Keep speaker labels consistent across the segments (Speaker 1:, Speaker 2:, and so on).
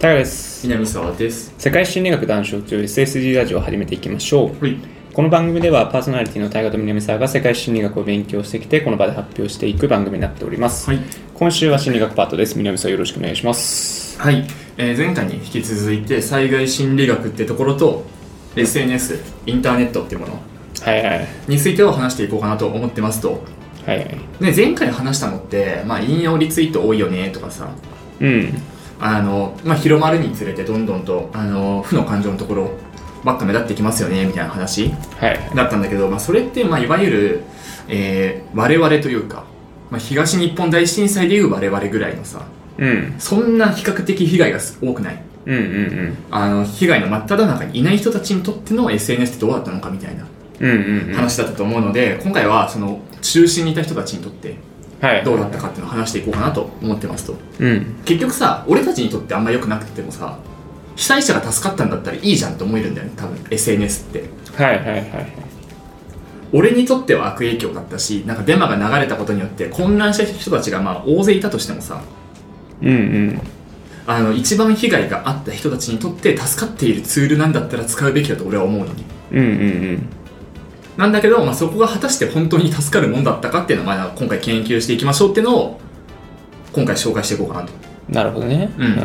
Speaker 1: 高です
Speaker 2: 南沢です。
Speaker 1: 世界心理学談笑中 SSG ラジオを始めていきましょう
Speaker 2: はい。
Speaker 1: この番組ではパーソナリティの大河と南沢が世界心理学を勉強してきてこの場で発表していく番組になっております、
Speaker 2: はい。
Speaker 1: 今週は心理学パートです南沢よろしくお願いします
Speaker 2: はい。えー前回に引き続いて、災害心理学ってところと、SNS、インターネットっていうもの
Speaker 1: はいはい
Speaker 2: については話していこうかなと思ってますと。
Speaker 1: はいはい
Speaker 2: で、前回話したのって、まあ、引用リツイート多いよねとかさ、
Speaker 1: うん
Speaker 2: あの、まあ、広まるにつれてどんどんと、あの、負の感情のところばっか目立ってきますよね、みたいな話
Speaker 1: はい
Speaker 2: だったんだけど、まあ、それって、まあ、いわゆる、えー我々というか、まあ、東日本大震災でいう我々ぐらいのさ、
Speaker 1: うん
Speaker 2: そんな比較的被害が多くない。
Speaker 1: うんうん
Speaker 2: あの、被害の真っ只中にいない人たちにとっての SNS ってどうだったのかみたいな
Speaker 1: うんうんうんうん
Speaker 2: 話だったと思うので、今回はその中心にいた人たちにとって
Speaker 1: はい
Speaker 2: どうだったかっていうのを話していこうかなと思ってますと。
Speaker 1: うん
Speaker 2: 結局さ、俺たちにとってあんま良くなくてもさ、被災者が助かったんだったらいいじゃんって思えるんだよね、多分 SNS って。
Speaker 1: はいはいはいはい
Speaker 2: 俺にとっては悪影響だったし、なんかデマが流れたことによって混乱した人たちがまあ大勢いたとしてもさ、
Speaker 1: うんうん
Speaker 2: あの、一番被害があった人たちにとって助かっているツールなんだったら使うべきだと俺は思うのね。
Speaker 1: うんうん
Speaker 2: なんだけど、まあ、そこが果たして本当に助かるもんだったかっていうのを、まあ、今回研究していきましょうっていうのを、今回紹介していこうかなと
Speaker 1: うんなるほどね
Speaker 2: うん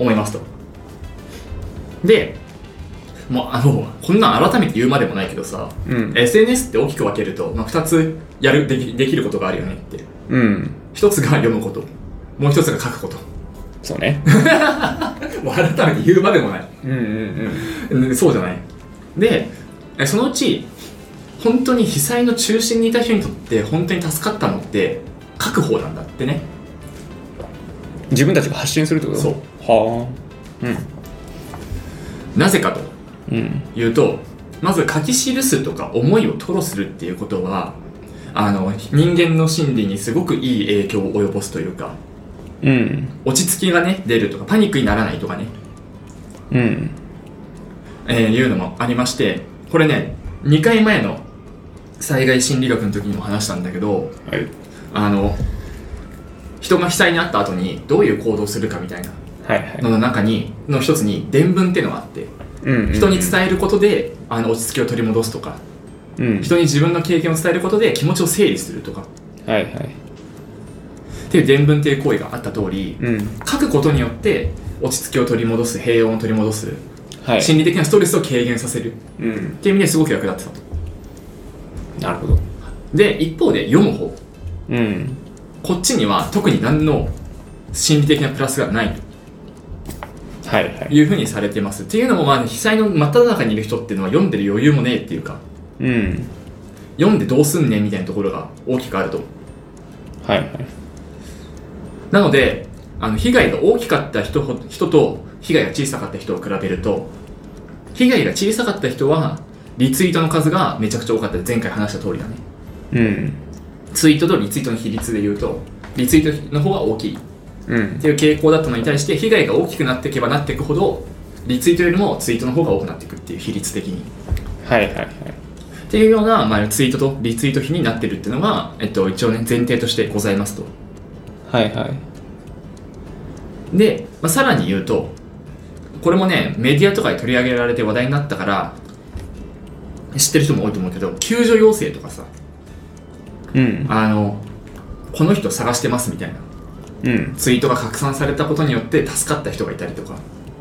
Speaker 2: 思いますと。で、もうあの、こんなん改めて言うまでもないけどさ、
Speaker 1: うん
Speaker 2: SNS って大きく分けると、まあ、2つやるでき、できることがあるよねって。
Speaker 1: うんうん
Speaker 2: 1つが読むこと、もう1つが書くこと。
Speaker 1: そうね
Speaker 2: もう改めて言うまでもない。
Speaker 1: うんうん
Speaker 2: うんそうじゃないでえそのうち本当に被災の中心にいた人にとって本当に助かったのって書く方なんだってね
Speaker 1: うん自分たちが発信するってこと
Speaker 2: そう
Speaker 1: はあうん
Speaker 2: なぜかと
Speaker 1: うん
Speaker 2: いうとまず書き記すとか思いを吐露するっていうことはあの人間の心理にすごくいい影響を及ぼすというか
Speaker 1: うん
Speaker 2: 落ち着きがね出るとかパニックにならないとかね、
Speaker 1: うん
Speaker 2: えーいうのもありましてこれね2回前の災害心理学の時にも話したんだけど
Speaker 1: はい
Speaker 2: あの人が被災に遭った後にどういう行動をするかみたいな
Speaker 1: はいはい
Speaker 2: のの中にの一つに伝聞っていうのがあって
Speaker 1: うん
Speaker 2: 人に伝えることであの落ち着きを取り戻すとか
Speaker 1: うん
Speaker 2: 人に自分の経験を伝えることで気持ちを整理するとか
Speaker 1: はいはい
Speaker 2: っていう伝聞っていう行為があった通り
Speaker 1: うん
Speaker 2: 書くことによって落ち着きを取り戻す平穏を取り戻す
Speaker 1: はい
Speaker 2: 心理的なストレスを軽減させるっ
Speaker 1: うん
Speaker 2: ていう意味ですごく役立ってたと
Speaker 1: なるほど
Speaker 2: で一方で読む方
Speaker 1: うん
Speaker 2: こっちには特に何の心理的なプラスがないと
Speaker 1: はいはい
Speaker 2: いうふうにされてますっていうのもまあ、ね、被災の真っ只中にいる人っていうのは読んでる余裕もねえっていうか
Speaker 1: うん
Speaker 2: 読んでどうすんねんみたいなところが大きくあると
Speaker 1: はいはい
Speaker 2: なのであの被害が大きかった人ほ人と被害が小さかった人を比べると被害が小さかった人はリツイートの数がめちゃくちゃ多かった前回話した通りだね
Speaker 1: うん
Speaker 2: ツイートとリツイートの比率で言うとリツイートの方が大きいっ
Speaker 1: うん
Speaker 2: ていう傾向だったのに対して被害が大きくなっていけばなっていくほどリツイートよりもツイートの方が多くなっていくっていう比率的に
Speaker 1: はいはいはい
Speaker 2: っていうような、まあ、ツイートとリツイート比になってるっていうのが、えっと、一応ね前提としてございますと
Speaker 1: はいはい
Speaker 2: で、まあ、さらに言うとこれもねメディアとかで取り上げられて話題になったから知ってる人も多いと思うけど救助要請とかさ
Speaker 1: うん
Speaker 2: あのこの人探してますみたいな
Speaker 1: うん
Speaker 2: ツイートが拡散されたことによって助かった人がいたりとか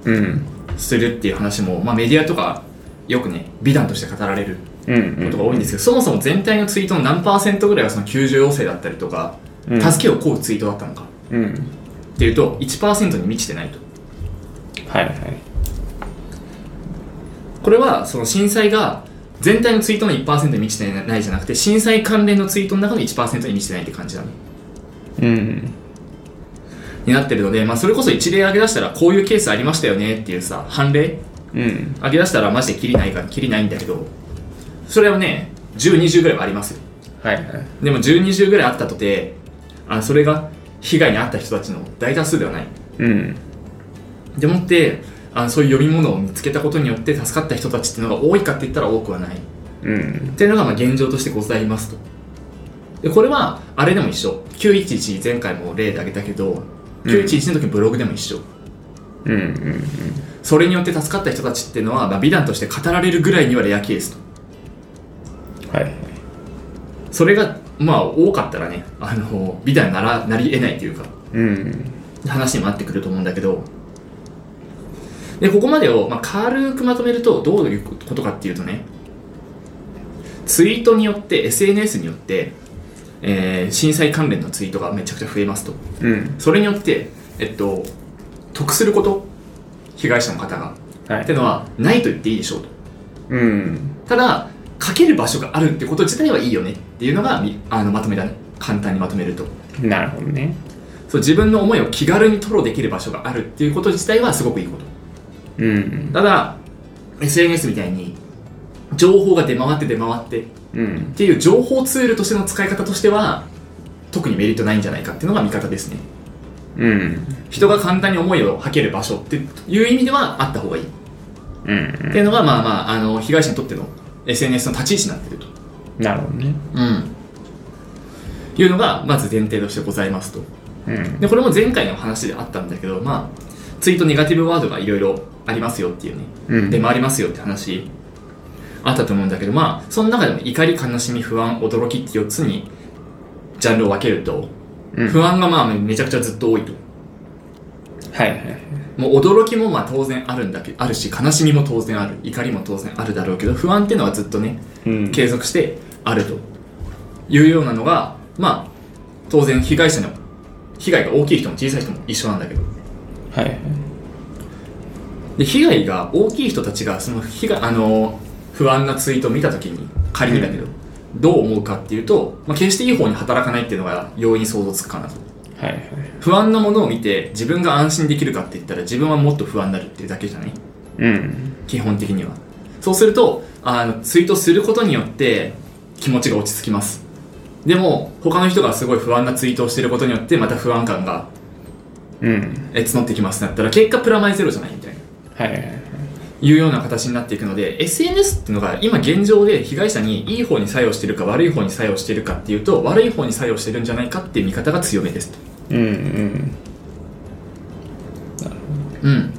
Speaker 1: うん
Speaker 2: するっていう話も、まあ、メディアとかよくね美談として語られる
Speaker 1: うん
Speaker 2: ことが多いんですけど、そもそも全体のツイートの何パーセントぐらいがその救助要請だったりとか、
Speaker 1: うん
Speaker 2: 助けを請うツイートだったのか
Speaker 1: うん
Speaker 2: っていうと1%に満ちてないと
Speaker 1: はいはい
Speaker 2: これはその震災が全体のツイートの1%に満ちてないじゃなくて震災関連のツイートの中の1%に満ちてないって感じなの
Speaker 1: うん
Speaker 2: になってるので、まあ、それこそ一例挙げ出したらこういうケースありましたよねっていうさ判例
Speaker 1: うん
Speaker 2: 挙げ出したらマジでキリないからキリないんだけどそれはね1020ぐらいはありますよ
Speaker 1: はいはい
Speaker 2: でも1020ぐらいあったとてあそれが被害に遭った人たちの大多数ではない
Speaker 1: うん
Speaker 2: でもってあのそういう読み物を見つけたことによって助かった人たちっていうのが多いかって言ったら多くはないっ
Speaker 1: うん
Speaker 2: ていうのがまあ現状としてございますとでこれはあれでも一緒911前回も例で挙げたけど911の時のブログでも一緒、
Speaker 1: うんうんうんうん
Speaker 2: それによって助かった人たちっていうのは、まあ、美談として語られるぐらいにはレアケースと
Speaker 1: はいはい
Speaker 2: それがまあ多かったらねあの美談ならなり得ないというか
Speaker 1: うん
Speaker 2: 話にもなってくると思うんだけどでここまでを、まあ、軽くまとめるとどういうことかっていうとねツイートによって SNS によって、えー震災関連のツイートがめちゃくちゃ増えますと
Speaker 1: うん
Speaker 2: それによって、えっと、得すること被害者の方が
Speaker 1: は
Speaker 2: って
Speaker 1: い
Speaker 2: のはないと言っていいでしょうと
Speaker 1: うん
Speaker 2: ただ書ける場所があるってこと自体はいいよねっていうのがみあのまとめだね簡単にまとめると
Speaker 1: なるほどね
Speaker 2: そう自分の思いを気軽に吐露できる場所があるっていうこと自体はすごくいいこと
Speaker 1: うん
Speaker 2: ただ SNS みたいに情報が出回って出回ってっ
Speaker 1: うん
Speaker 2: ていう情報ツールとしての使い方としては特にメリットないんじゃないかっていうのが見方ですね
Speaker 1: うん
Speaker 2: 人が簡単に思いを吐ける場所っていう意味ではあった方がいいっ
Speaker 1: うん
Speaker 2: ていうのがまあまああの被害者にとっての SNS の立ち位置になってると
Speaker 1: なるほどね
Speaker 2: うん、いうのがまず前提としてございますと
Speaker 1: うん
Speaker 2: でこれも前回の話であったんだけど、まあ、ツイートネガティブワードがいろいろありますよっていうね、
Speaker 1: うん
Speaker 2: で回りますよって話あったと思うんだけど、まあ、その中でも怒り悲しみ不安驚きって4つにジャンルを分けると、
Speaker 1: うん
Speaker 2: 不安がまあめちゃくちゃずっと多いと
Speaker 1: はいはい
Speaker 2: もう驚きもまあ当然あるんだけあるし悲しみも当然ある怒りも当然あるだろうけど不安っていうのはずっとね
Speaker 1: うん
Speaker 2: 継続してあるというようなのが、まあ、当然被害者の被害が大きい人も小さい人も一緒なんだけど
Speaker 1: はいはい
Speaker 2: で被害が大きい人たちがその被害あの不安なツイートを見た時に仮にだけど、どう思うかっていうと、まあ、決していい方に働かないっていうのが容易に想像つくかなと
Speaker 1: はいはい
Speaker 2: 不安なものを見て自分が安心できるかって言ったら自分はもっと不安になるっていうだけじゃない
Speaker 1: うん
Speaker 2: 基本的にはそうするとあのツイートすることによって気持ちが落ち着きますでも他の人がすごい不安なツイートをしてることによってまた不安感が
Speaker 1: うん
Speaker 2: え募ってきますってなったら結果プラマイゼロじゃないみたいな
Speaker 1: はいはいはい
Speaker 2: いうような形になっていくので SNS っていうのが今現状で被害者にいい方に作用してるか悪い方に作用してるかっていうと悪い方に作用してるんじゃないかっていう見方が強めですと
Speaker 1: うんうん
Speaker 2: うん、っ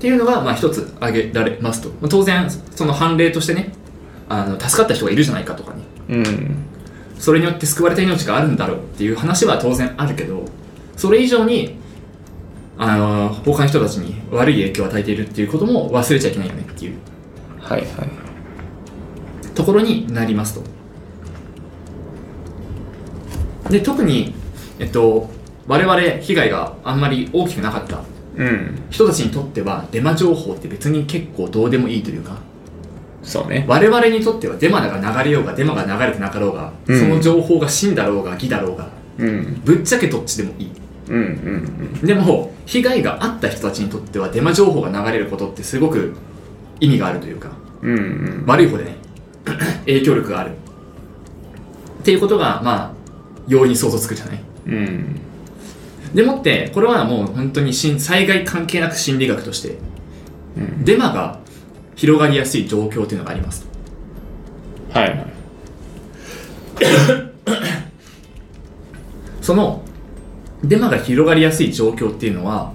Speaker 2: ていうのがまあ一つ挙げられますとまあ当然その判例としてねあの助かった人がいるじゃないかとかね
Speaker 1: うん
Speaker 2: それによって救われた命があるんだろうっていう話は当然あるけどそれ以上にあの他の人たちに悪い影響を与えているっていうことも忘れちゃいけないよねっていう
Speaker 1: はいはい
Speaker 2: ところになりますとで特に、えっと、我々被害があんまり大きくなかった
Speaker 1: うん
Speaker 2: 人たちにとってはデマ情報って別に結構どうでもいいというか
Speaker 1: そうね
Speaker 2: 我々にとってはデマが流れようがデマが流れてなかろうが、
Speaker 1: うん
Speaker 2: その情報が真だろうが偽だろうが
Speaker 1: うん
Speaker 2: ぶっちゃけどっちでもいい
Speaker 1: うんうん
Speaker 2: でも被害があった人たちにとってはデマ情報が流れることってすごく意味があるというか
Speaker 1: うんうん
Speaker 2: 悪い方でね 影響力があるっていうことがまあ容易に想像つくじゃない
Speaker 1: うん
Speaker 2: でもってこれはもう本当にしん災害関係なく心理学として、
Speaker 1: うん
Speaker 2: デマが広がりやすい状況というのがあります
Speaker 1: はいはい
Speaker 2: そのデマが広がりやすい状況っていうのは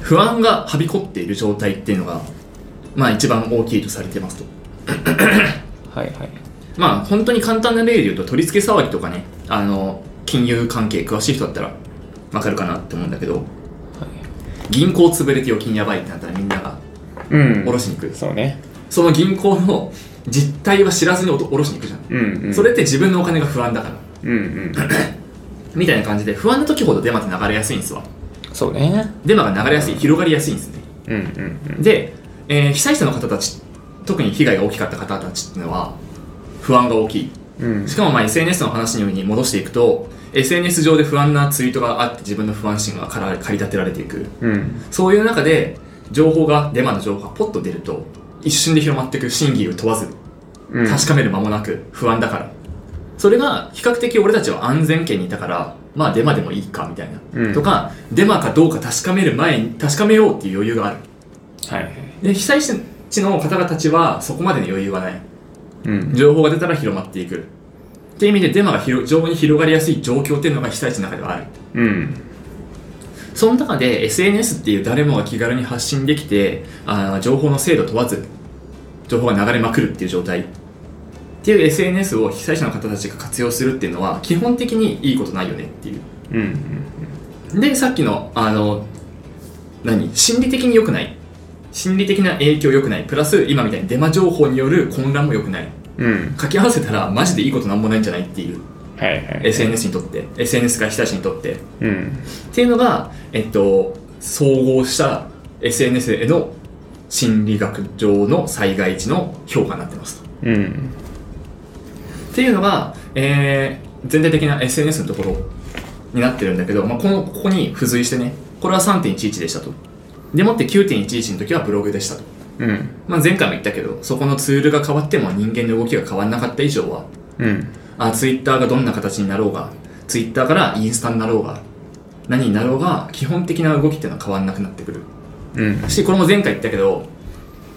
Speaker 2: 不安がはびこっている状態っていうのがまあ一番大きいとされてますと
Speaker 1: はいはい
Speaker 2: まあ本当に簡単な例で言うと取り付け騒ぎとかねあの金融関係詳しい人だったらわかるかなって思うんだけど、銀行潰れて預金やばいってなったらみんなが
Speaker 1: うん
Speaker 2: 下ろしに行く、
Speaker 1: そうね
Speaker 2: その銀行の実態は知らずにおと下ろしに行くじゃん、
Speaker 1: うんうん
Speaker 2: それって自分のお金が不安だから
Speaker 1: うんうん
Speaker 2: みたいな感じで不安な時ほどデマって流れやすいんですわ
Speaker 1: そうね
Speaker 2: デマが流れやすい広がりやすいんですね
Speaker 1: うんうん
Speaker 2: で、えー被災者の方たち特に被害が大きかった方たちっていうのは不安が大きい
Speaker 1: うんうん
Speaker 2: しかもまあ SNS の話に戻していくと SNS 上で不安なツイートがあって自分の不安心がから駆り立てられていく
Speaker 1: うん
Speaker 2: そういう中で情報がデマの情報がポッと出ると一瞬で広まっていく真偽を問わず
Speaker 1: うん
Speaker 2: 確かめる間もなく不安だからそれが比較的俺たちは安全圏にいたからまあデマでもいいかみたいな、
Speaker 1: うん
Speaker 2: とかデマかどうか確かめる前に確かめようっていう余裕がある
Speaker 1: はいはい
Speaker 2: で被災地の方々たちはそこまでの余裕はない
Speaker 1: うん
Speaker 2: 情報が出たら広まっていくっていう意味でデマが広情報に広がりやすい状況っていうのが被災地の中ではある
Speaker 1: うん
Speaker 2: その中で SNS っていう誰もが気軽に発信できてあー情報の精度問わず情報が流れまくるっていう状態っていう SNS を被災者の方たちが活用するっていうのは基本的にいいことないよねっていう
Speaker 1: うんうん
Speaker 2: でさっきのあの何心理的に良くない心理的な影響良くないプラス今みたいにデマ情報による混乱も良くない
Speaker 1: うん
Speaker 2: 掛け合わせたらマジでいいことなんもないんじゃないっていう
Speaker 1: はいはい
Speaker 2: SNS にとって SNS が被災者にとってっ
Speaker 1: うん
Speaker 2: ていうのが、えっと、総合した SNS への心理学上の災害時の評価になってますと
Speaker 1: うん
Speaker 2: っていうのが、えー全体的な SNS のところになってるんだけど、まあ、このここに付随してねこれは3.11でしたとでもって9.11の時はブログでしたと、
Speaker 1: うん
Speaker 2: まあ、前回も言ったけどそこのツールが変わっても人間の動きが変わらなかった以上は
Speaker 1: うん
Speaker 2: あ、ツイッターがどんな形になろうが、ツイッターからインスタになろうが、何になろうが、基本的な動きっていうのは変わんなくなってくる。
Speaker 1: うん
Speaker 2: し、これも前回言ったけど、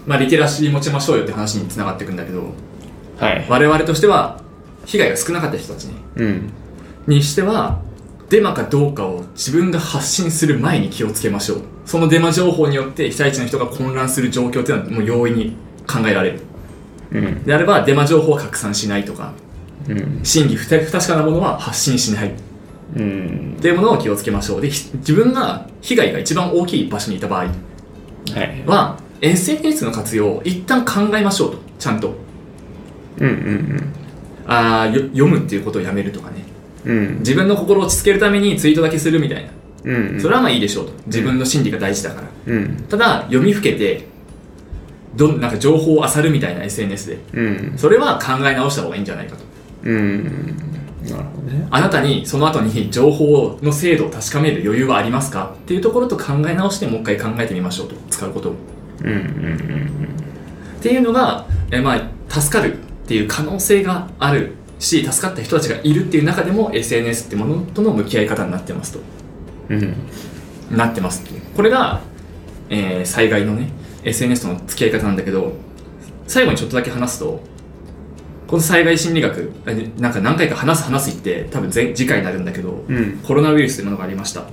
Speaker 2: まあ、リテラシー持ちましょうよって話に繋がってくんだけど、
Speaker 1: はい
Speaker 2: 我々としては、被害が少なかった人たちに、
Speaker 1: うん
Speaker 2: にしては、デマかどうかを自分が発信する前に気をつけましょう。そのデマ情報によって被災地の人が混乱する状況っていうのはもう容易に考えられる。
Speaker 1: うん
Speaker 2: であれば、デマ情報は拡散しないとか、
Speaker 1: うん
Speaker 2: 真偽不不確かなものは発信しない。
Speaker 1: うん
Speaker 2: っていうものを気をつけましょうでひ自分が被害が一番大きい場所にいた場
Speaker 1: は
Speaker 2: 合
Speaker 1: い
Speaker 2: は SNS の活用を一旦考えましょうとちゃんと
Speaker 1: うんうん
Speaker 2: あーよ読むっていうことをやめるとかね
Speaker 1: うんうん
Speaker 2: 自分の心を落ち着けるためにツイートだけするみたいな
Speaker 1: うん
Speaker 2: それはまあいいでしょうと自分の心理が大事だから
Speaker 1: うん
Speaker 2: ただ読みふけてどんなんか情報を漁るみたいな SNS で
Speaker 1: うん
Speaker 2: それは考え直した方がいいんじゃないかと
Speaker 1: うんなるほどね
Speaker 2: あなたにその後に情報の精度を確かめる余裕はありますかっていうところと考え直してもう一回考えてみましょうと使うことを
Speaker 1: うんうん
Speaker 2: っていうのが、えーまあ、助かるっていう可能性があるし助かった人たちがいるっていう中でも SNS ってものとの向き合い方になってますと
Speaker 1: うんうん
Speaker 2: なってますっていうこれが、えー災害のね SNS との付き合い方なんだけど最後にちょっとだけ話すとこの災害心理学あなんか何回か話す話す言って多分前次回になるんだけど、
Speaker 1: うん
Speaker 2: コロナウイルスというものがありました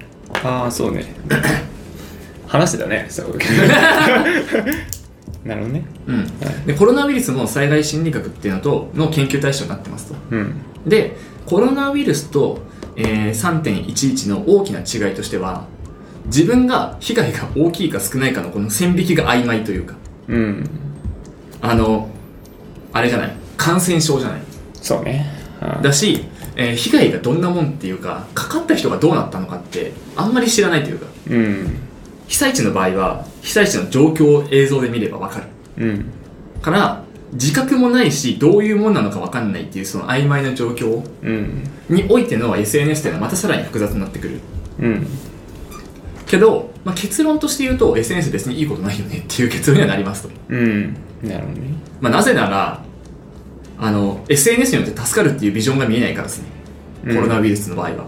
Speaker 1: ああそうね話してたねそう なるほどね
Speaker 2: うんでコロナウイルスの災害心理学っていうのとの研究対象になってますと
Speaker 1: うん
Speaker 2: でコロナウイルスと、えー3.11の大きな違いとしては自分が被害が大きいか少ないかのこの線引きが曖昧というか
Speaker 1: うん
Speaker 2: あのあれじゃない感染症じゃない
Speaker 1: そうねあー
Speaker 2: だし、えー被害がどんなもんっていうかかかった人がどうなったのかってあんまり知らないというか
Speaker 1: うん
Speaker 2: 被災地の場合は被災地の状況を映像で見ればわかる
Speaker 1: うん
Speaker 2: から自覚もないしどういうもんなのかわかんないっていうその曖昧な状況
Speaker 1: うん
Speaker 2: においての SNS っていうのはまたさらに複雑になってくる
Speaker 1: うん
Speaker 2: けど、まあ、結論として言うと SNS 別にいいことないよねっていう結論にはなりますと、
Speaker 1: うんなるほどね
Speaker 2: まあ、なぜならあの SNS によって助かるっていうビジョンが見えないからですね
Speaker 1: うん
Speaker 2: コロナウイルスの場合は、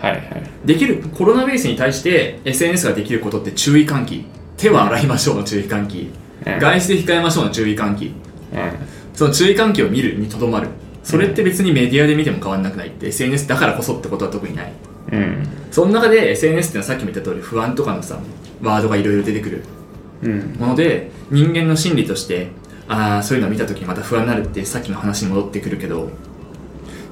Speaker 1: はいはい
Speaker 2: できるコロナウイルスに対して SNS ができることって注意喚起手は洗いましょうの注意喚起
Speaker 1: うん
Speaker 2: 外出で控えましょうの注意喚起
Speaker 1: う
Speaker 2: その注意喚起を見るにとどまるそれって別にメディアで見ても変わんなくないって SNS だからこそってことは特にない
Speaker 1: んうん
Speaker 2: その中で SNS っていうのはさっきも言った通り不安とかのさワードがいろいろ出てくる
Speaker 1: うん
Speaker 2: もので人間の心理としてあーそういうのを見た時にまた不安になるってさっきの話に戻ってくるけどっ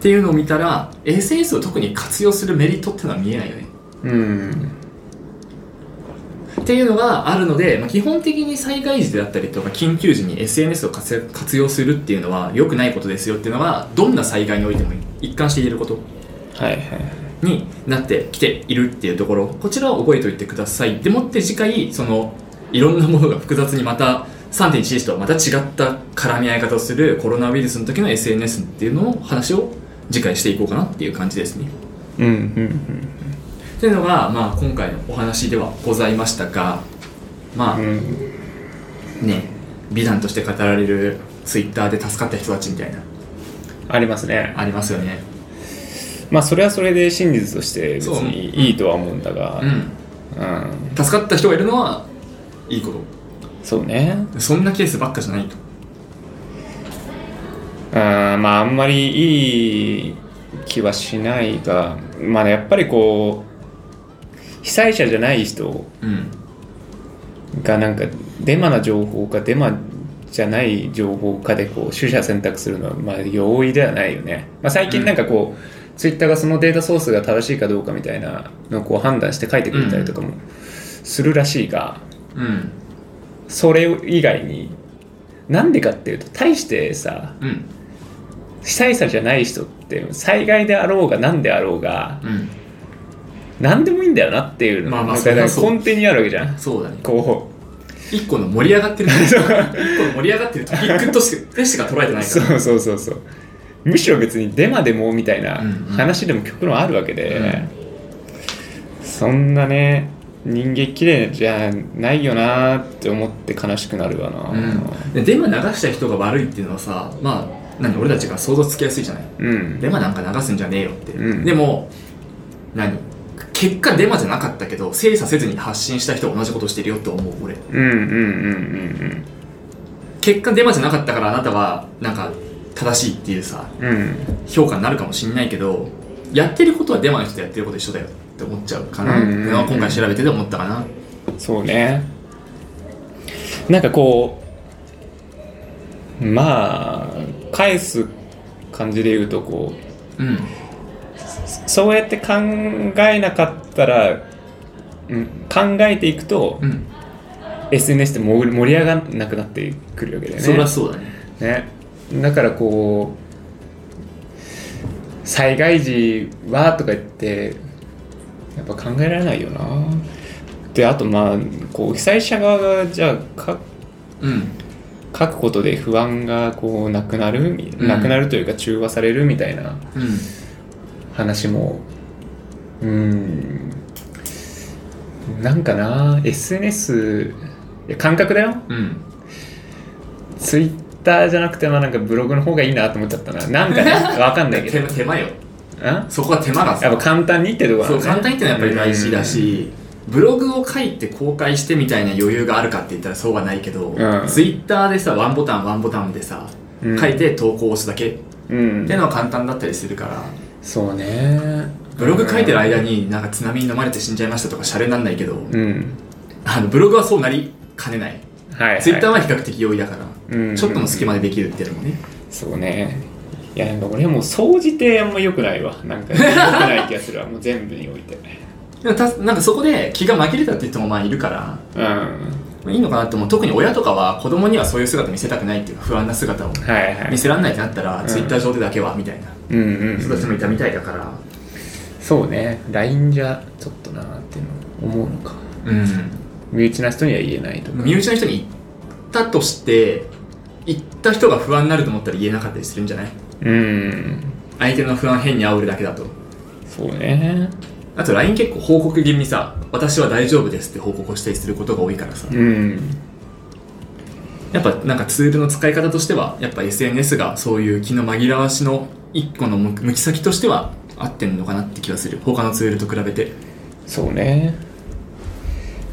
Speaker 2: ていうのを見たら SNS を特に活用するメリットっていうのは見えないよね
Speaker 1: うん
Speaker 2: っていうのがあるので、まあ、基本的に災害時であったりとか緊急時に SNS を活用活用するっていうのは良くないことですよっていうのはどんな災害においても一貫して言えること
Speaker 1: はいはい
Speaker 2: になってきているっていうところこちらを覚えておいてくださいでもって次回そのいろんなものが複雑にまた3.11とはまた違った絡み合い方をするコロナウイルスの時の SNS っていうのを話を次回していこうかなっていう感じですね
Speaker 1: うんうん
Speaker 2: というのが、まあ、今回のお話ではございましたがまあ、
Speaker 1: うんうん
Speaker 2: ね美談として語られるツイッターで助かった人たちみたいな
Speaker 1: ありますね
Speaker 2: ありますよね
Speaker 1: まあそれはそれで真実として別
Speaker 2: そう
Speaker 1: にいいとは思うんだが
Speaker 2: うん
Speaker 1: うん
Speaker 2: 助かった人がいるのはいいこと
Speaker 1: そうね
Speaker 2: そんなケースばっかじゃないと
Speaker 1: うんまああんまりいい気はしないがまあやっぱりこう被災者じゃない人
Speaker 2: うん
Speaker 1: がなんかデマな情報かデマじゃない情報かでこう取捨選択するのはまあ容易ではないよね、まあ、最近なんかこう、ツイッターがそのデータソースが正しいかどうかみたいなのをこう判断して書いてくれたりとかもするらしいが、
Speaker 2: うん
Speaker 1: それ以外になんでかっていうと大してさ
Speaker 2: うん
Speaker 1: 被災者じゃない人って災害であろうが何であろうが
Speaker 2: うん
Speaker 1: 何でもいいんだよなっていうの
Speaker 2: まあまあ
Speaker 1: なんか
Speaker 2: そりゃそう
Speaker 1: 根底にあるわけじゃん
Speaker 2: そうだね
Speaker 1: こ
Speaker 2: 一個の盛り上がってる一個の盛り上がってるトピックとしてしか捉えて
Speaker 1: う
Speaker 2: ないか
Speaker 1: そ
Speaker 2: ら
Speaker 1: うそうそうそうむしろ別にデマでもみたいな
Speaker 2: うんうん
Speaker 1: 話でも極論あるわけで、そんなね人間綺麗じゃないよなって思って悲しくなるわな
Speaker 2: うん、でデマ流した人が悪いっていうのはさまあ何俺たちが想像つきやすいじゃない
Speaker 1: うん
Speaker 2: デマなんか流すんじゃねえよって、
Speaker 1: うん
Speaker 2: でも何結果デマじゃなかったけど精査せずに発信した人は同じことしてるよって思う俺
Speaker 1: うんうんうんうん
Speaker 2: 結果デマじゃなかったからあなたはなんか正しいっていうさ
Speaker 1: うんうん
Speaker 2: 評価になるかもしんないけどやってることはデマの人とやってること一緒だよって思っちゃうかな、
Speaker 1: うんうんうん
Speaker 2: まあ今回調べてて思ったかな
Speaker 1: そうねなんかこうまあ返す感じで言うとこう
Speaker 2: うん
Speaker 1: そうやって考えなかったら、うん、考えていくと、
Speaker 2: うん、
Speaker 1: SNS って盛り盛り上がらなくなってくるわけだよね
Speaker 2: そりゃそうだね
Speaker 1: ねだからこう災害時はとか言ってやっぱ考えられないよなであとまあこう被災者側がじゃあか
Speaker 2: うん
Speaker 1: 書くことで不安がこうなくなる、み
Speaker 2: うん
Speaker 1: なくなるというか中和されるみたいな
Speaker 2: うん
Speaker 1: 話もうんなんかな SNS いや感覚だよ
Speaker 2: うん
Speaker 1: ツイッターじゃなくてまあなんかブログの方がいいなと思っちゃったななんか ねわかんないけど
Speaker 2: 手手間よ
Speaker 1: んやっ
Speaker 2: そこは手間がさ
Speaker 1: ぱ簡単にってとこ
Speaker 2: そう簡単にってのはやっぱり大事だ
Speaker 1: うん
Speaker 2: し、ブログを書いて公開してみたいな余裕があるかって言ったらそうはないけど、
Speaker 1: うん
Speaker 2: ツイッターでさワンボタンワンボタンでさ、
Speaker 1: うん
Speaker 2: 書いて投稿を押すだけっ
Speaker 1: うん
Speaker 2: ていうのは簡単だったりするから
Speaker 1: そうね
Speaker 2: ブログ書いてる間になんか津波に飲まれて死んじゃいましたとかシャレになんないけど、
Speaker 1: うん
Speaker 2: あのブログはそうなりかねない、
Speaker 1: はい、はい、
Speaker 2: ツイッターは比較的容易だから、
Speaker 1: うん
Speaker 2: ちょっとの隙間でできるっていうのもね、
Speaker 1: そうねいやなんか俺もう総じてあんま良くないわなんか良くない気がするわもう全部において
Speaker 2: でもたなんかそこで気が紛れたって人もまあいるから
Speaker 1: うんはい
Speaker 2: いいのかなって思う特に親とかは子供にはそういう姿見せたくないっていうか不安な姿を
Speaker 1: は
Speaker 2: 見
Speaker 1: い
Speaker 2: せらんないってなったら、
Speaker 1: うん
Speaker 2: ツイッター上でだけはみたいな
Speaker 1: うんうん
Speaker 2: 人たちもいたみたいだから
Speaker 1: そうね LINE じゃちょっとなーっていうの思うのか
Speaker 2: うん
Speaker 1: 身内な人には言えないとか
Speaker 2: 身内の人に言ったとして言った人が不安になると思ったら言えなかったりするんじゃない
Speaker 1: うん
Speaker 2: 相手の不安変に煽るだけだと
Speaker 1: そうね
Speaker 2: あと LINE 結構報告気味にさ「私は大丈夫です」って報告をしたりすることが多いからさ
Speaker 1: うん
Speaker 2: やっぱなんかツールの使い方としてはやっぱ SNS がそういう気の紛らわしの一個の向向き先としては合ってんのかなって気がする他のツールと比べて
Speaker 1: そうね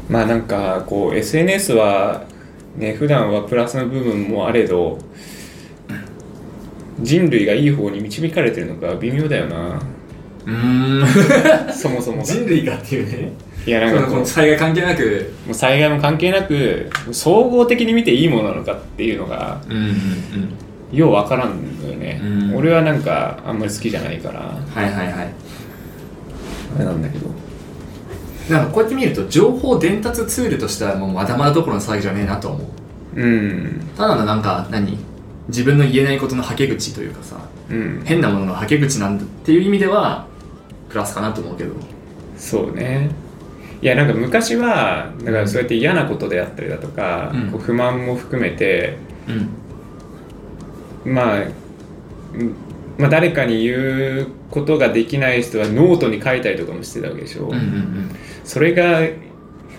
Speaker 1: まあなんかこう SNS はね普段はプラスの部分もあれど人類がいい方に導かれてるのか微妙だよな
Speaker 2: うーん
Speaker 1: そもそもが
Speaker 2: 類がっていうね
Speaker 1: いやなんかこう
Speaker 2: 災害関係なく
Speaker 1: もう災害も関係なく総合的に見ていいものなのかっていうのが
Speaker 2: うんうん
Speaker 1: ようわからんのよね、
Speaker 2: うん
Speaker 1: 俺はなんかあんまり好きじゃないから
Speaker 2: うんはいはいはい
Speaker 1: あれなんだけど
Speaker 2: なんかこうやって見ると情報伝達ツールとしてはもうまだまだどころの騒ぎじゃねえなとは思う
Speaker 1: うん
Speaker 2: ただのなんか何自分の言えないことのはけ口というかさ
Speaker 1: うん
Speaker 2: 変なもののはけ口なんだっていう意味ではプラスかなと思うけど
Speaker 1: そうねいやなんか昔はだからそうやって嫌なことであったりだとか、
Speaker 2: うん
Speaker 1: こう不満も含めて
Speaker 2: うん
Speaker 1: まあ、うんまあ誰かに言うことができない人はノートに書いたりとかもしてたわけでしょ、
Speaker 2: うんうん
Speaker 1: それが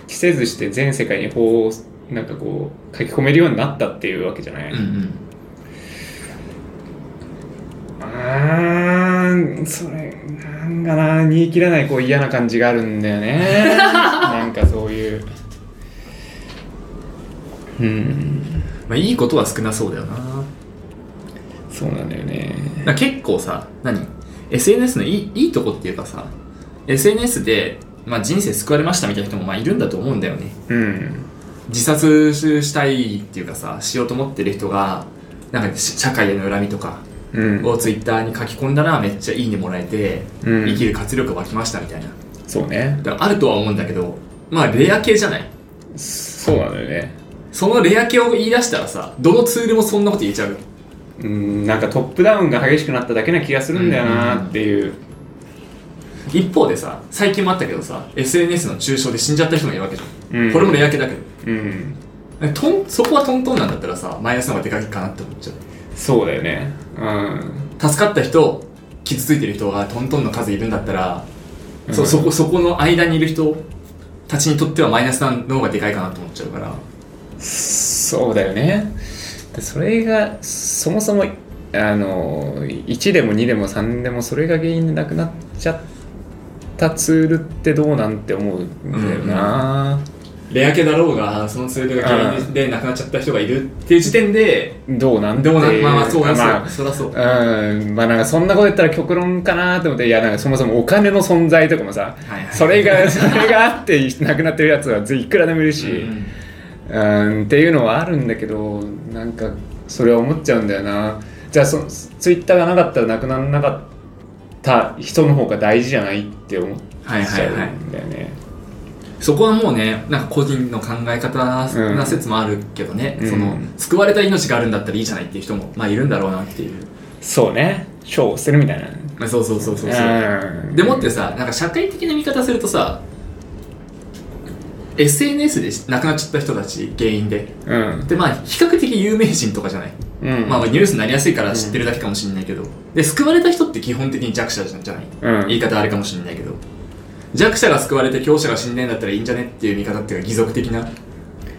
Speaker 1: 着せずして全世界に法をなんかこう書き込めるようになったっていうわけじゃない、
Speaker 2: うんうん
Speaker 1: あーそれなんかな煮え切らないこう嫌な感じがあるんだよ ねなんかそういううん
Speaker 2: まあ、いいことは少なそうだよなだか
Speaker 1: そうなんだよね
Speaker 2: ら結構さ何 SNS のいいいいとこっていうかさ SNS でまあ、人生救われましたみたいな人もまあいるんだと思うんだよね
Speaker 1: うん
Speaker 2: 自殺したいっていうかさしようと思ってる人がなんかし社会への恨みとか
Speaker 1: うん
Speaker 2: をツイッターに書き込んだらめっちゃいいねもらえて、
Speaker 1: うん
Speaker 2: 生きる活力湧きましたみたいな
Speaker 1: そうね
Speaker 2: だからあるとは思うんだけどまあレア系じゃない
Speaker 1: そうなのよね
Speaker 2: そのレア系を言い出したらさどのツールもそんなこと言えちゃう
Speaker 1: うんなんかトップダウンが激しくなっただけな気がするんだよなっていう
Speaker 2: 一方でさ最近もあったけどさ SNS の中傷で死んじゃった人もいるわけじゃん、
Speaker 1: うん
Speaker 2: これもレア系だけど
Speaker 1: うん
Speaker 2: とんそこはトントンなんだったらさマイナスの方がでかいかなって思っちゃう
Speaker 1: そうだよねうん
Speaker 2: 助かった人傷ついてる人がトントンの数いるんだったら、
Speaker 1: うん
Speaker 2: そそこそこの間にいる人たちにとってはマイナスなの方がでかいかなと思っちゃうから
Speaker 1: そうだよねでそれがそもそもあの1でも2でも3でもそれが原因でなくなっちゃったツールってどうなんて思うんだよな、
Speaker 2: レア系だろうがそのツールが原因でで亡くなっちゃった人がいるっていう時点で
Speaker 1: どうなんて
Speaker 2: で
Speaker 1: いう
Speaker 2: もなまあまあそうだ、
Speaker 1: まあ
Speaker 2: そうそりゃそう
Speaker 1: うん、まあなんかそんなこと言ったら極論かなと思っていやなんかそもそもお金の存在とかもさ、
Speaker 2: はいはい
Speaker 1: それが それがあってなくなってるやつはぜいくらでもいるし、
Speaker 2: うん
Speaker 1: うん、っていうのはあるんだけどなんかそれは思っちゃうんだよなじゃあそツイッターがなかったらなくならなかった人の方が大事じゃないって思っちゃうんだよね、
Speaker 2: そこはもうねなんか個人の考え方
Speaker 1: うん
Speaker 2: な説もあるけどね、
Speaker 1: うん
Speaker 2: その救われた命があるんだったらいいじゃないっていう人もまあいるんだろうなっていう、
Speaker 1: そうね賞を捨てるみたいな
Speaker 2: まあ、そうそうそうそうそう、
Speaker 1: うん
Speaker 2: でもってさなんか社会的な見方するとさ SNS で亡くなっちゃった人たち原因で
Speaker 1: うん
Speaker 2: でまあ比較的有名人とかじゃない、
Speaker 1: うん
Speaker 2: まあニュースになりやすいから知ってるだけかもしれないけどで救われた人って基本的に弱者じゃない、
Speaker 1: うん
Speaker 2: 言い方あれかもしれないけど弱者が救われて強者が死んでんだったらいいんじゃねっていう見方っていうか義賊的な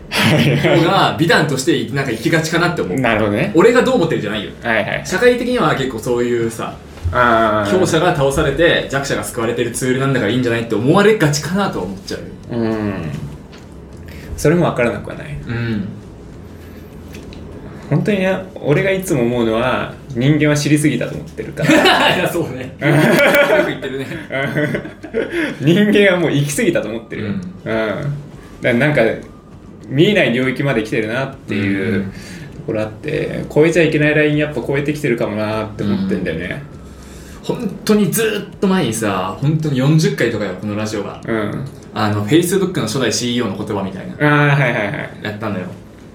Speaker 2: 方が美談としてなんか生きがちかなって思う
Speaker 1: なるほどね
Speaker 2: 俺がどう思ってるじゃないよ
Speaker 1: はいはい
Speaker 2: 社会的には結構そういうさ
Speaker 1: あー
Speaker 2: 強者が倒されて弱者が救われてるツールなんだからいいんじゃないって思われがちかなとは思っちゃう
Speaker 1: うんそれも分からなくはない
Speaker 2: うん
Speaker 1: 本当にね俺がいつも思うのは人間は知りすぎたと思ってるから
Speaker 2: いやそうねよく言ってるね
Speaker 1: 人間はもう行き過ぎたと思ってるよ、う
Speaker 2: う
Speaker 1: んんだからなんか見えない領域まで来てるなっていう
Speaker 2: うん
Speaker 1: ところあって超えちゃいけないラインやっぱ超えてきてるかもなって思ってんだよね
Speaker 2: 本当にずーっと前にさ本当に40回とかよこのラジオが
Speaker 1: うん、
Speaker 2: あの Facebook の初代 CEO の言葉みたい
Speaker 1: あ
Speaker 2: な
Speaker 1: あはいはいはい
Speaker 2: やったんだよ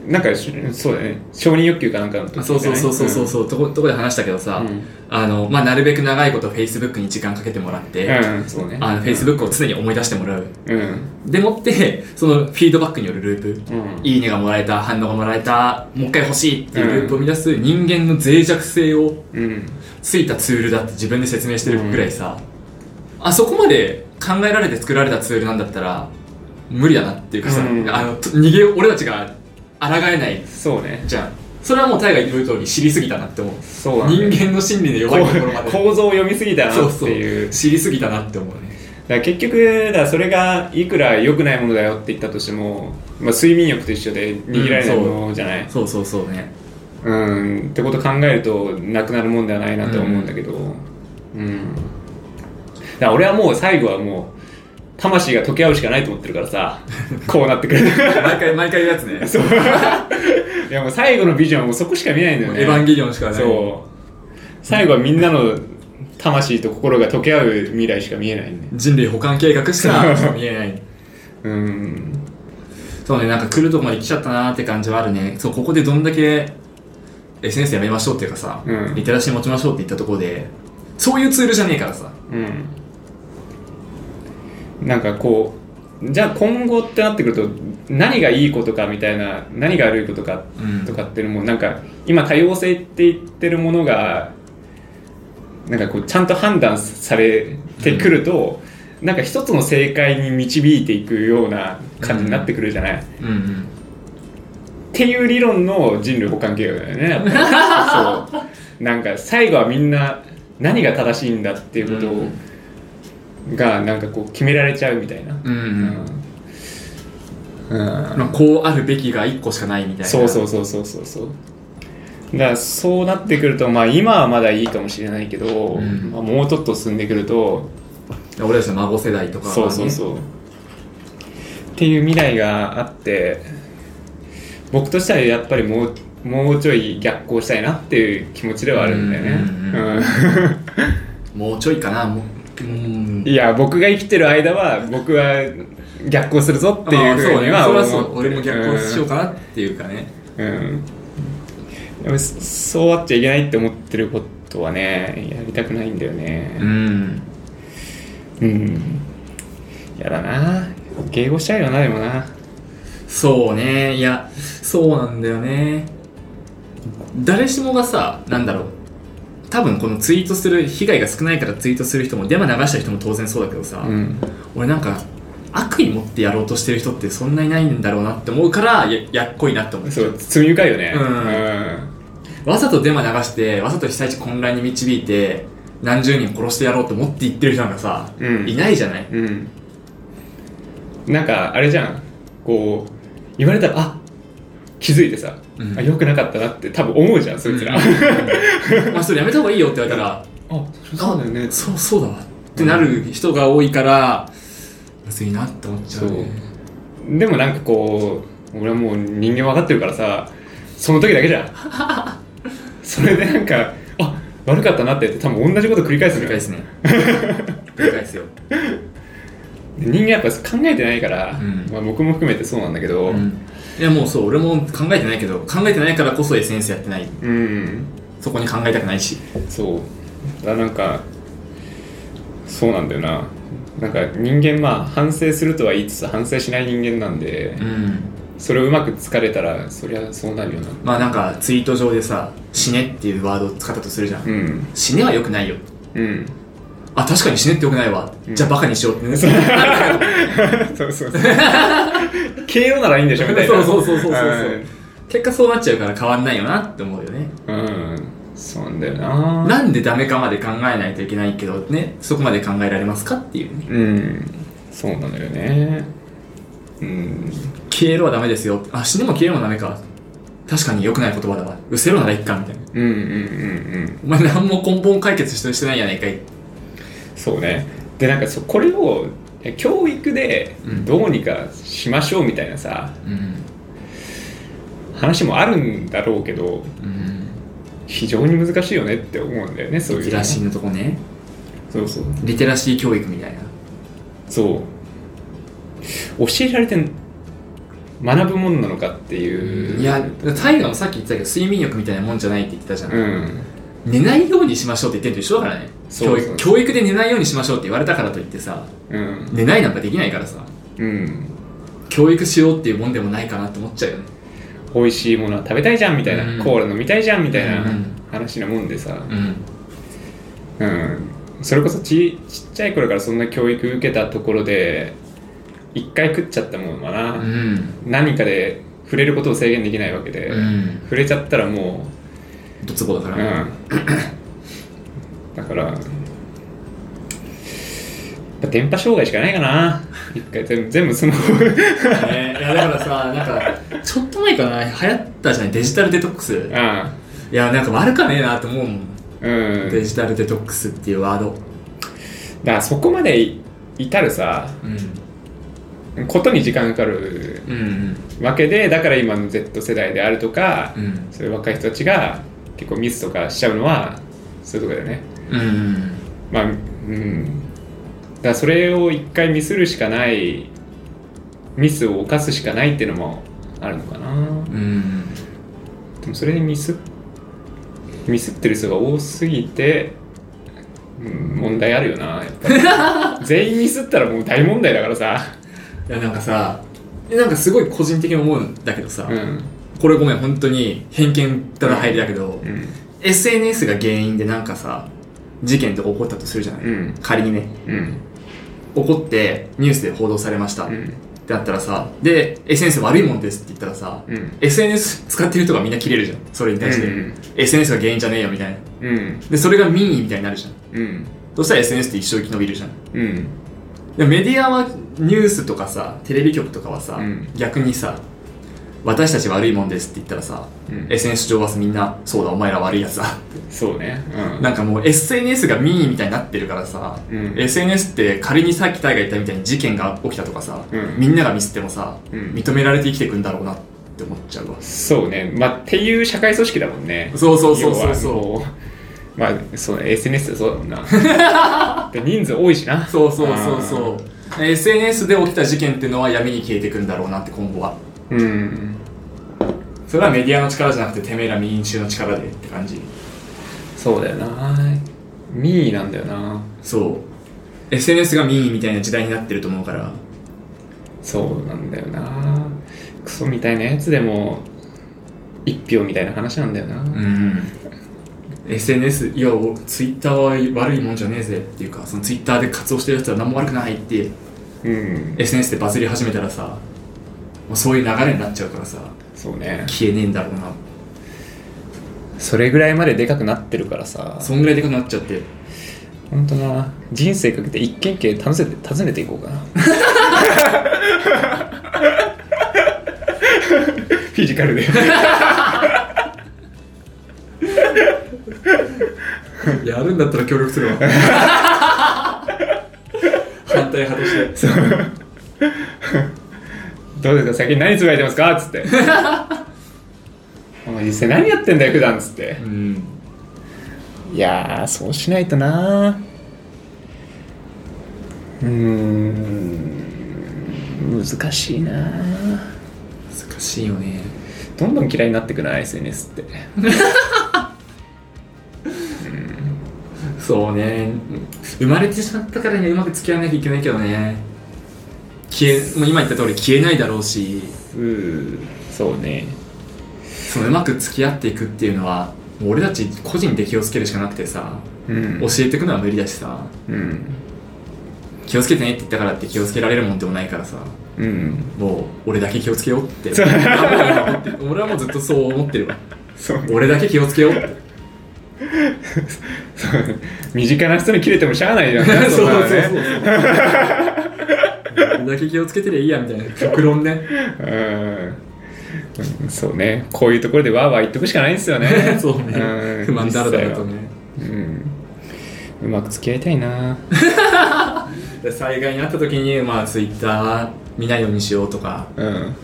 Speaker 1: なんかしそうだね承認欲求かなんかの時
Speaker 2: あそうそうそうそうそう
Speaker 1: そ
Speaker 2: そう、とことこで話したけど
Speaker 1: う
Speaker 2: さ、
Speaker 1: ん
Speaker 2: あのまあ、なるべく長いこと Facebook に時間かけてもらって、
Speaker 1: うん、そうね
Speaker 2: あの Facebook を常に思い出してもらう
Speaker 1: うん
Speaker 2: でもってそのフィードバックによるループ、
Speaker 1: うん
Speaker 2: いいねがもらえた反応がもらえたもう一回欲しいっていうループを生み出す人間の脆弱性を
Speaker 1: うん
Speaker 2: ついたツールだって自分で説明してるくらいさ、あそこまで考えられて作られたツールなんだったら無理だなっていうかさ、
Speaker 1: うん
Speaker 2: あのと逃げ俺たちが抗えない
Speaker 1: そうね
Speaker 2: じゃんそれはもう大河言う通り知りすぎたなって思う
Speaker 1: そうなんだよ
Speaker 2: 人間の心理の弱いところまで
Speaker 1: 構造を読みすぎたな
Speaker 2: そ
Speaker 1: っ
Speaker 2: う
Speaker 1: て
Speaker 2: そ
Speaker 1: いう
Speaker 2: う知りすぎたなって思うね
Speaker 1: だから結局だからそれがいくら良くないものだよって言ったとしても、まあ、睡眠欲と一緒で握られないものじゃない、
Speaker 2: そうそうそうね
Speaker 1: うんってこと考えるとなくなるもんではないなと思うんだけどうん、だから俺はもう最後はもう魂が溶け合うしかないと思ってるから さこうなってくる
Speaker 2: 毎回毎回やつね
Speaker 1: そういやもう最後のビジョンはもうそこしか見ないんだよね
Speaker 2: エヴァンゲリオンしかない
Speaker 1: そう最後はみんなの魂と心が溶け合う未来しか見えないね
Speaker 2: 人類保管計画しか見えない
Speaker 1: うん
Speaker 2: そうねなんか来るとこまで来ちゃったなーって感じはあるねそうここでどんだけ SNS やめましょうっていうかさ、
Speaker 1: うん
Speaker 2: リテラシー持ちましょうって言ったところでそういうツールじゃねえからさ
Speaker 1: うん、なんかこうじゃあ今後ってなってくると何がいいことかみたいな何が悪いことか
Speaker 2: うん
Speaker 1: とかっていうのもなんか今多様性って言ってるものがなんかこうちゃんと判断されてくると、なんか一つの正解に導いていくような感じになってくるじゃない、っ
Speaker 2: うんうん
Speaker 1: ていう理論の人類補完計画だよねやっぱりそうなんか最後はみんな何が正しいんだっていうことを、がなんかこう決められちゃうみたいな
Speaker 2: うんうん、
Speaker 1: うん
Speaker 2: まあ、こうあるべきが1個しかないみたいな
Speaker 1: そうそうそうそうそうそうだからそうなってくるとまあ今はまだいいかもしれないけど、
Speaker 2: うん
Speaker 1: まあ、もうちょっと進んでくると
Speaker 2: 俺たちの孫世代とかはね、
Speaker 1: そうそうそうっていう未来があって僕としてはやっぱりもうもうちょい逆行したいなっていう気持ちではあるんだよね
Speaker 2: うんうんもうちょいかなもううん
Speaker 1: うん いや僕が生きてる間は僕は逆行するぞっていう
Speaker 2: まあ
Speaker 1: ふうには
Speaker 2: そう
Speaker 1: 思う
Speaker 2: ねそれはそう俺も逆行しようかなっていうかね、
Speaker 1: うん、でもそそうあっちゃいけないって思ってることはねやりたくないんだよ
Speaker 2: う
Speaker 1: ね
Speaker 2: ん
Speaker 1: うん、やだな敬語しちゃうよなでもな
Speaker 2: そうねいやそうなんだよね誰しもがさなんだろう多分このツイートする被害が少ないからツイートする人もデマ流した人も当然そうだけどさ、
Speaker 1: うん
Speaker 2: 俺なんか悪意持ってやろうとしてる人ってそんなにないんだろうなって思うからややっこいなって思う
Speaker 1: そう罪深いよね
Speaker 2: うん
Speaker 1: ん
Speaker 2: わざとデマ流してわざと被災地混乱に導いて何十人殺してやろうと思って言ってる人なんかさ、
Speaker 1: うん
Speaker 2: いないじゃない
Speaker 1: うん、なんかあれじゃんこう言われたらあ気づいてさ、
Speaker 2: うん
Speaker 1: あ良くなかったなって多分思うじゃんそいつら、
Speaker 2: うんまあそれやめた方がいいよって言われたら
Speaker 1: あそうだよね
Speaker 2: そうそうだわってなる人が多いからむずいなって思っちゃうね
Speaker 1: でもなんかこう俺はもう人間分かってるからさその時だけじ ゃんそれでなんかあ悪かったなって言って多分同じこと繰り返す
Speaker 2: 繰
Speaker 1: の
Speaker 2: り
Speaker 1: よ
Speaker 2: 返すね 繰り返すよ
Speaker 1: 人間やっぱ考えてないから、
Speaker 2: うん
Speaker 1: まあ、僕も含めてそうなんだけどうん、
Speaker 2: いやもうそう俺も考えてないけど考えてないからこそ SNS やってないそこに考えたくないし
Speaker 1: そうだからなんかそうなんだよななんか人間まあ反省するとは言いつつ反省しない人間なんで、
Speaker 2: うん
Speaker 1: それをうまく疲れたらそりゃそうなるよな
Speaker 2: まあなんかツイート上でさ「死ね」っていうワードを使ったとするじゃん、
Speaker 1: うん
Speaker 2: 死ねは良くないよ
Speaker 1: うん
Speaker 2: あ確かに死ねって良くないわ、
Speaker 1: うん
Speaker 2: じゃあバカにしようってね
Speaker 1: そうそうそう敬語ならいいんでしょみたいな
Speaker 2: そうそうそうそうそうそう結果そうなっちゃうから変わんないよなって思うよね
Speaker 1: うん、うん、そうなんだよな
Speaker 2: なんでダメかまで考えないといけないけどねそこまで考えられますかっていうね
Speaker 1: うんそうなのよねうん
Speaker 2: 消えろはダメですよあ死ねも消えろもダメか確かに良くない言葉だわ失せろならいっかみたいな
Speaker 1: うんうんうんうん
Speaker 2: お前何も根本解決してしてないやないかい
Speaker 1: そうねでなんかそこれをえ教育で
Speaker 2: うん
Speaker 1: どうにかしましょうみたいなさ、
Speaker 2: うん
Speaker 1: 話もあるんだろうけど
Speaker 2: うん
Speaker 1: 非常に難しいよねって思うんだよねそういう
Speaker 2: リテラシーのとこね
Speaker 1: そうそう
Speaker 2: リテラシー教育みたいな
Speaker 1: そう教えられてん学ぶもんなのかっていう
Speaker 2: い
Speaker 1: い
Speaker 2: や大河もさっき言ってたけど睡眠欲みたいなもんじゃないって言ってたじゃん、
Speaker 1: うん
Speaker 2: 寝ないようにしましょうって言ってるのと一緒だからね
Speaker 1: そうそう
Speaker 2: 教育教育で寝ないようにしましょうって言われたからといってさ
Speaker 1: うん
Speaker 2: 寝ないなんかできないからさ
Speaker 1: うん
Speaker 2: 教育しようっていうもんでもないかなって思っちゃうよね
Speaker 1: 美味しいものは食べたいじゃんみたいな、
Speaker 2: うん
Speaker 1: コーラ飲みたいじゃんみたいな
Speaker 2: うん
Speaker 1: 話なもんでさ、
Speaker 2: うん
Speaker 1: うん、それこそちちっちゃい頃からそんな教育受けたところで一回食っちゃったもんはな、
Speaker 2: うん
Speaker 1: 何かで触れることを制限できないわけで、
Speaker 2: うん
Speaker 1: 触れちゃったらも
Speaker 2: ドツボだか
Speaker 1: う、う
Speaker 2: ら、
Speaker 1: ん、だからやっぱ電波障害しかないかな一回全部全部その
Speaker 2: ねいやだからさなんかちょっと前かな流行ったじゃないデジタルデトックスい
Speaker 1: ああ
Speaker 2: やなんか悪かねえなと思うもん、
Speaker 1: うん
Speaker 2: デジタルデトックスっていうワード
Speaker 1: だからそこまで至るさ
Speaker 2: うん
Speaker 1: ことに時間がかかる
Speaker 2: うん
Speaker 1: わけでだから今の Z 世代であるとか、
Speaker 2: うん
Speaker 1: そういう若い人たちが結構ミスとかしちゃうのはそういうとこだよね
Speaker 2: うん
Speaker 1: まあうんだからそれを一回ミスるしかないミスを犯すしかないっていうのもあるのかな
Speaker 2: うん
Speaker 1: でもそれでミスミスってる人が多すぎて、うん、問題あるよなやっぱ り全員ミスったらもう大問題だからさ
Speaker 2: いやなんかさなんかすごい個人的に思うんだけどさ、
Speaker 1: うん
Speaker 2: これごめん本当に偏見から入りだけど、
Speaker 1: うん
Speaker 2: SNS が原因でなんかさ事件とか起こったとするじゃない、
Speaker 1: うん
Speaker 2: 仮にね
Speaker 1: うん
Speaker 2: 起こってニュースで報道されました、
Speaker 1: う
Speaker 2: っ
Speaker 1: ん
Speaker 2: てなったらさで SNS 悪いもんですって言ったらさ、
Speaker 1: うん
Speaker 2: SNS 使ってる人がみんな切れるじゃんそれに対して、
Speaker 1: うん
Speaker 2: SNS が原因じゃねえよみたいな
Speaker 1: うん
Speaker 2: でそれが民意みたいになるじゃん
Speaker 1: うん
Speaker 2: そしたら SNS って一生生き延びるじゃん
Speaker 1: うん
Speaker 2: でもメディアはニュースとかさテレビ局とかはさ、
Speaker 1: うん
Speaker 2: 逆にさ私たち悪いもんですって言ったらさ、
Speaker 1: うん
Speaker 2: SNS 上はみんなそうだお前ら悪いやつだって
Speaker 1: そうねうん
Speaker 2: なんかもう SNS が民意みたいになってるからさ、
Speaker 1: うん
Speaker 2: SNS って仮にさっきタイが言ったみたいに事件が起きたとかさ、
Speaker 1: うん
Speaker 2: みんながミスってもさ、
Speaker 1: うん
Speaker 2: 認められて生きていくんだろうなって思っちゃうわ
Speaker 1: そうねまあっていう社会組織だもんね
Speaker 2: そうそうそうそうそう
Speaker 1: 要はもうまあそうね SNS そうだもんな で人数多いしな
Speaker 2: そうそうそうそう SNS で起きた事件ってのは闇に消えていくんだろうなって今後は
Speaker 1: うんうん
Speaker 2: それはメディアの力じゃなくててめえら民衆の力でって感じ
Speaker 1: そうだよな民意なんだよな
Speaker 2: そう SNS が民意みたいな時代になってると思うから
Speaker 1: そうなんだよなクソみたいなやつでも一票みたいな話なんだよな、
Speaker 2: うん SNS いやおツイッターは悪いもんじゃねえぜっていうかそのツイッターで活動してるやつは何も悪くないって
Speaker 1: うん、
Speaker 2: SNS でバズり始めたらさもうそういう流れになっちゃうからさ
Speaker 1: そうね
Speaker 2: 消えねえんだろうな
Speaker 1: それぐらいまででかくなってるからさ
Speaker 2: そんぐらいでかくなっちゃって
Speaker 1: 本当な人生かけて一軒一軒訪ねて訪ねていこうかな フィジカルで
Speaker 2: やるんだったら協力す るわ反対派として
Speaker 1: そうどうですか最近何つぶやいてますかっつってお前実際何やってんだよ普段っつって
Speaker 2: うん
Speaker 1: いやーそうしないとなうーん難しいな
Speaker 2: 難しいよね
Speaker 1: どんどん嫌いになってくない SNS って
Speaker 2: そうね生まれてしまったからにはうまく付き合わなきゃいけないけどね消えもう今言った通り消えないだろうし
Speaker 1: うーそうね
Speaker 2: そのうまく付き合っていくっていうのはもう俺たち個人で気をつけるしかなくてさ
Speaker 1: うん
Speaker 2: 教えていくのは無理だしさ
Speaker 1: うん
Speaker 2: 気をつけてねって言ったからって気をつけられるもんでもないからさ
Speaker 1: うん
Speaker 2: もう俺だけ気をつけようって
Speaker 1: そう
Speaker 2: 俺はもう思って俺はもうずっとそう思ってるわ
Speaker 1: そう
Speaker 2: 俺だけ気をつけようって
Speaker 1: そう 身近な人に切れてもしゃあないじゃん ね
Speaker 2: そ
Speaker 1: ん
Speaker 2: う
Speaker 1: な
Speaker 2: そ
Speaker 1: の
Speaker 2: うそう
Speaker 1: ね
Speaker 2: そう。こんだけ気をつけてりゃいいやみたいな極論ね。
Speaker 1: うんそうねこういうところでわーわー言っとくしかないんですよね
Speaker 2: そうね
Speaker 1: う。ん
Speaker 2: 不満だらだらとね。
Speaker 1: うんうまく付き合いたいな
Speaker 2: で災害になった時に、まあ、ツイッター見ないようにしようとか、
Speaker 1: うん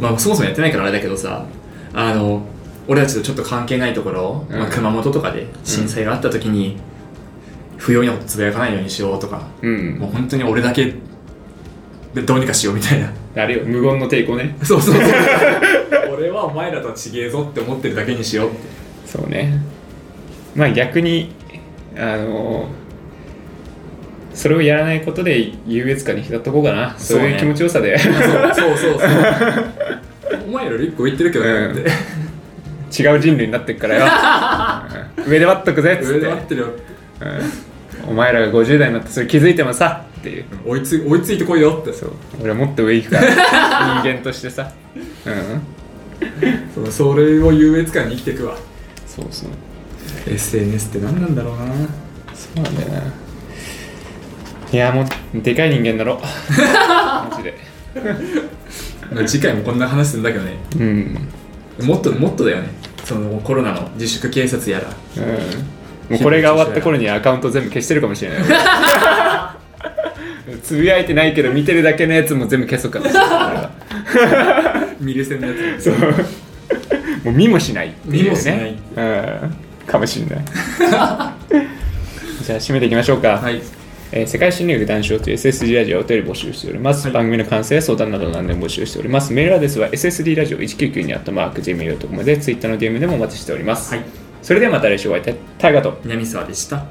Speaker 2: まあ、そもそもやってないからあれだけどさ、あの、俺たちとちょっと関係ないところ、
Speaker 1: うん
Speaker 2: まあ、熊本とかで震災があった時に、不要なことつぶやかないようにしようとか、
Speaker 1: うん
Speaker 2: もう本当に俺だけでどうにかしようみたいな。
Speaker 1: あれよ無言の抵抗ね
Speaker 2: そうそうそう。 俺はお前らとは違えぞって思ってるだけにしようって。
Speaker 1: そうねまあ逆にあのそれをやらないことで優越感に浸っとこうかなそう,、
Speaker 2: そう
Speaker 1: い
Speaker 2: ね
Speaker 1: う気持ちよさ で
Speaker 2: そうそうそうそう。お前らより一個言ってるけどねって。
Speaker 1: 違う人類になってっからよ、 うん上で待っとくぜっつっ
Speaker 2: 上
Speaker 1: て
Speaker 2: で待ってるよって。
Speaker 1: うんお前らが50代になってそれ気づいてもさっていう
Speaker 2: 追いつ追いついてこいよって。
Speaker 1: そう俺はもっと上行くから 人間としてさうん
Speaker 2: そうそれを優越感に生きていくわ。
Speaker 1: そうそう
Speaker 2: SNS って何なんだろうな。
Speaker 1: そうなんだよないやもうでかい人間 だろマジで
Speaker 2: まあ、次回もこんな話するんだけどね。
Speaker 1: うん
Speaker 2: もっともっとだよね。そのコロナの自粛警察やら。
Speaker 1: うんもうこれが終わった頃にはアカウント全部消してるかも しれない俺つぶやいてないけど見てるだけのやつも全部消そうかもしれない
Speaker 2: 見るせんのやつ。
Speaker 1: そうもう見もしないっていうね
Speaker 2: 見もしない
Speaker 1: うん、かもしれない じゃあ締めていきましょうか、
Speaker 2: はい。
Speaker 1: えー世界侵略談笑という SSD ラジオをお便り募集しております、
Speaker 2: はい
Speaker 1: 番組の完成や相談など何でも募集しておりますメールアドレスは SSD ラジオ199にあったマーク Gmail.com で Twitter の DM でもお待ちしております、
Speaker 2: はい。
Speaker 1: それではまた来週お会いいたいタイガーと
Speaker 2: 南沢でした。